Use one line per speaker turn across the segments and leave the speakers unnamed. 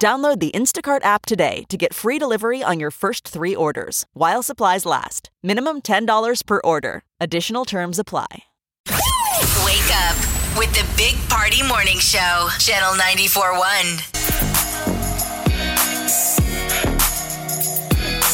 Download the Instacart app today to get free delivery on your first three orders while supplies last. Minimum $10 per order. Additional terms apply.
Wake up with the Big Party Morning Show, Channel 94.1.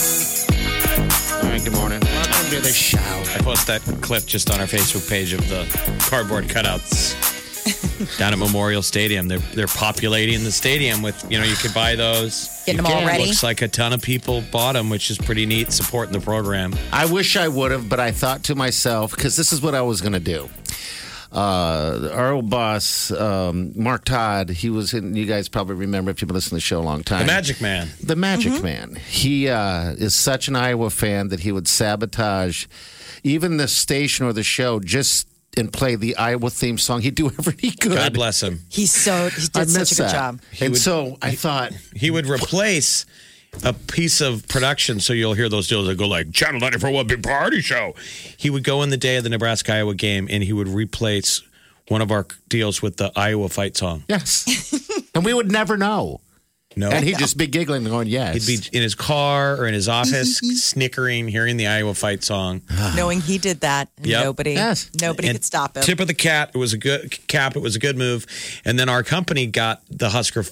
All right, good morning. Welcome to the show. I post that clip just on our Facebook page of the cardboard cutouts down at Memorial Stadium. They're they're populating the stadium with you know you could buy those.
Getting
You
them all
can.
ready.
Looks like a ton of people bought them, which is pretty neat. Supporting the program.
I wish I would have, but I thought to myself, because this is what I was going to do. Uh, our old boss, um, Mark Todd, he was in, you guys probably remember if you've been listening to the show a long time.
The Magic Mm-hmm. Man.
The Magic Man. He uh, is such an Iowa fan that he would sabotage even the station or the show just and play the Iowa theme song. He'd do whatever he could.
God bless him.
He's so he
I
did such a
miss
good
that.
job.
And so I thought,
He would replace a piece of production, so you'll hear those deals that go like Channel 94 Big Party Show. He would go in the day of the Nebraska Iowa game, and he would replace one of our deals with the Iowa fight song.
yes. and we would never know.
No.
And he'd just be giggling and going, yes.
Oh, He'd be in his car or in his office, snickering, hearing the Iowa fight song.
Knowing he did that, and
Yep.
nobody,
Yes.
nobody
And
could stop him.
Tip of the cat. It was a good cap. It was a good move. And then our company got the Husker f-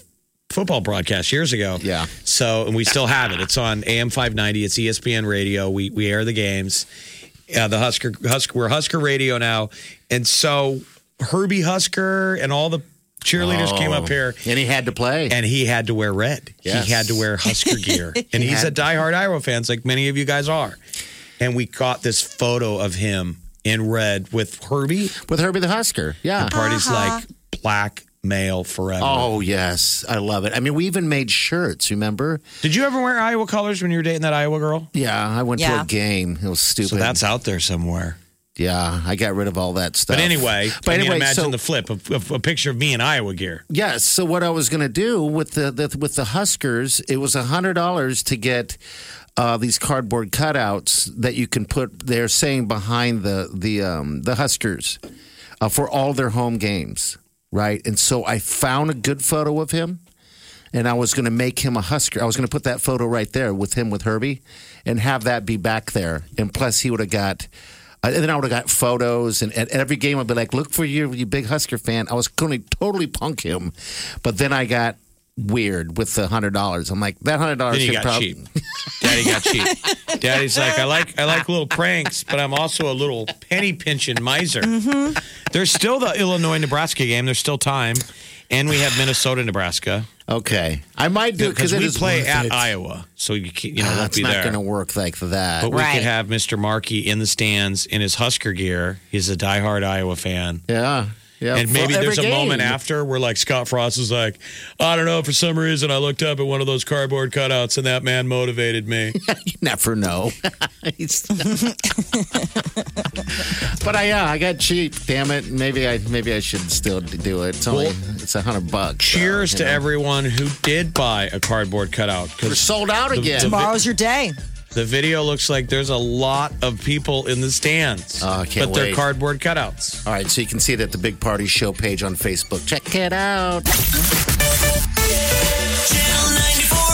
football broadcast years ago.
Yeah.
So and we still have it. It's on AM five ninety. It's E ESPN radio. We we air the games. Yeah, the Husker Husker. We're Husker radio now. And so Herbie Husker and all the cheerleaders came up here.
Oh. and he had to play.
And he had to wear red.
Yes.
He had to wear Husker gear. and he's a diehard Iowa fans, like many of you guys are. And we caught this photo of him in red with Herbie.
with Herbie the Husker. Yeah.
Party's like black male forever.
Uh-huh. Oh yes, I love it. I mean, we even made shirts. Remember?
Did you ever wear Iowa colors when you were dating that Iowa girl?
Yeah, I went to
Yeah.
a game. It was stupid.
So that's out there somewhere.
yeah. I got rid of all that stuff.
But anyway,
but
I mean,
anyway,
imagine
so
the flip of, of a picture of me in Iowa gear.
yes. So what I was gonna do with the, the with the Huskers, it was a hundred dollars to get. Uh, these cardboard cutouts that you can put they're saying behind the the um, the Huskers uh, for all their home games, right? And so I found a good photo of him and I was going to make him a Husker. I was going to put that photo right there with him with Herbie, and have that be back there. And plus, he would have got. uh, And then I would have got photos, and at every game I'd be like, "Look for you, you big Husker fan." I was going to totally punk him, but then I got weird with the hundred dollars. I'm like, "That hundred dollars
Then you
should
got
prob-
cheap. Daddy got cheap. Daddy's like, I like I like little pranks, but I'm also a little penny pinching miser.
Mm-hmm.
There's still the Illinois Nebraska game. There's still time, and we have Minnesota Nebraska
Okay, I might do it
because
because it
we
is
play
worth
at
it.
Iowa, so you can't, you know
Ah,
won't
it's
be
not
there.
going to work like that.
But we
Right.
could have Mr. Markey in the stands in his Husker gear. He's a diehard Iowa fan.
yeah, yeah.
And maybe
for
there's a
every
moment
game.
after where like Scott Frost is like, I don't know, for some reason I looked up at one of those cardboard cutouts and that man motivated me.
you never know. He's- but I, yeah, I got cheap. Damn it. Maybe I, maybe I should still do it. It's only, it's a hundred bucks. so,
Cheers
you
to
know.
everyone who did buy a cardboard cutout
We're
because
sold out again.
Tomorrow's your day.
the video looks like there's a lot of people in the stands,
Oh, I can't
but they're
wait.
cardboard cutouts.
All right, so you can see it at the Big Party Show page on Facebook. Check it out.
Channel 94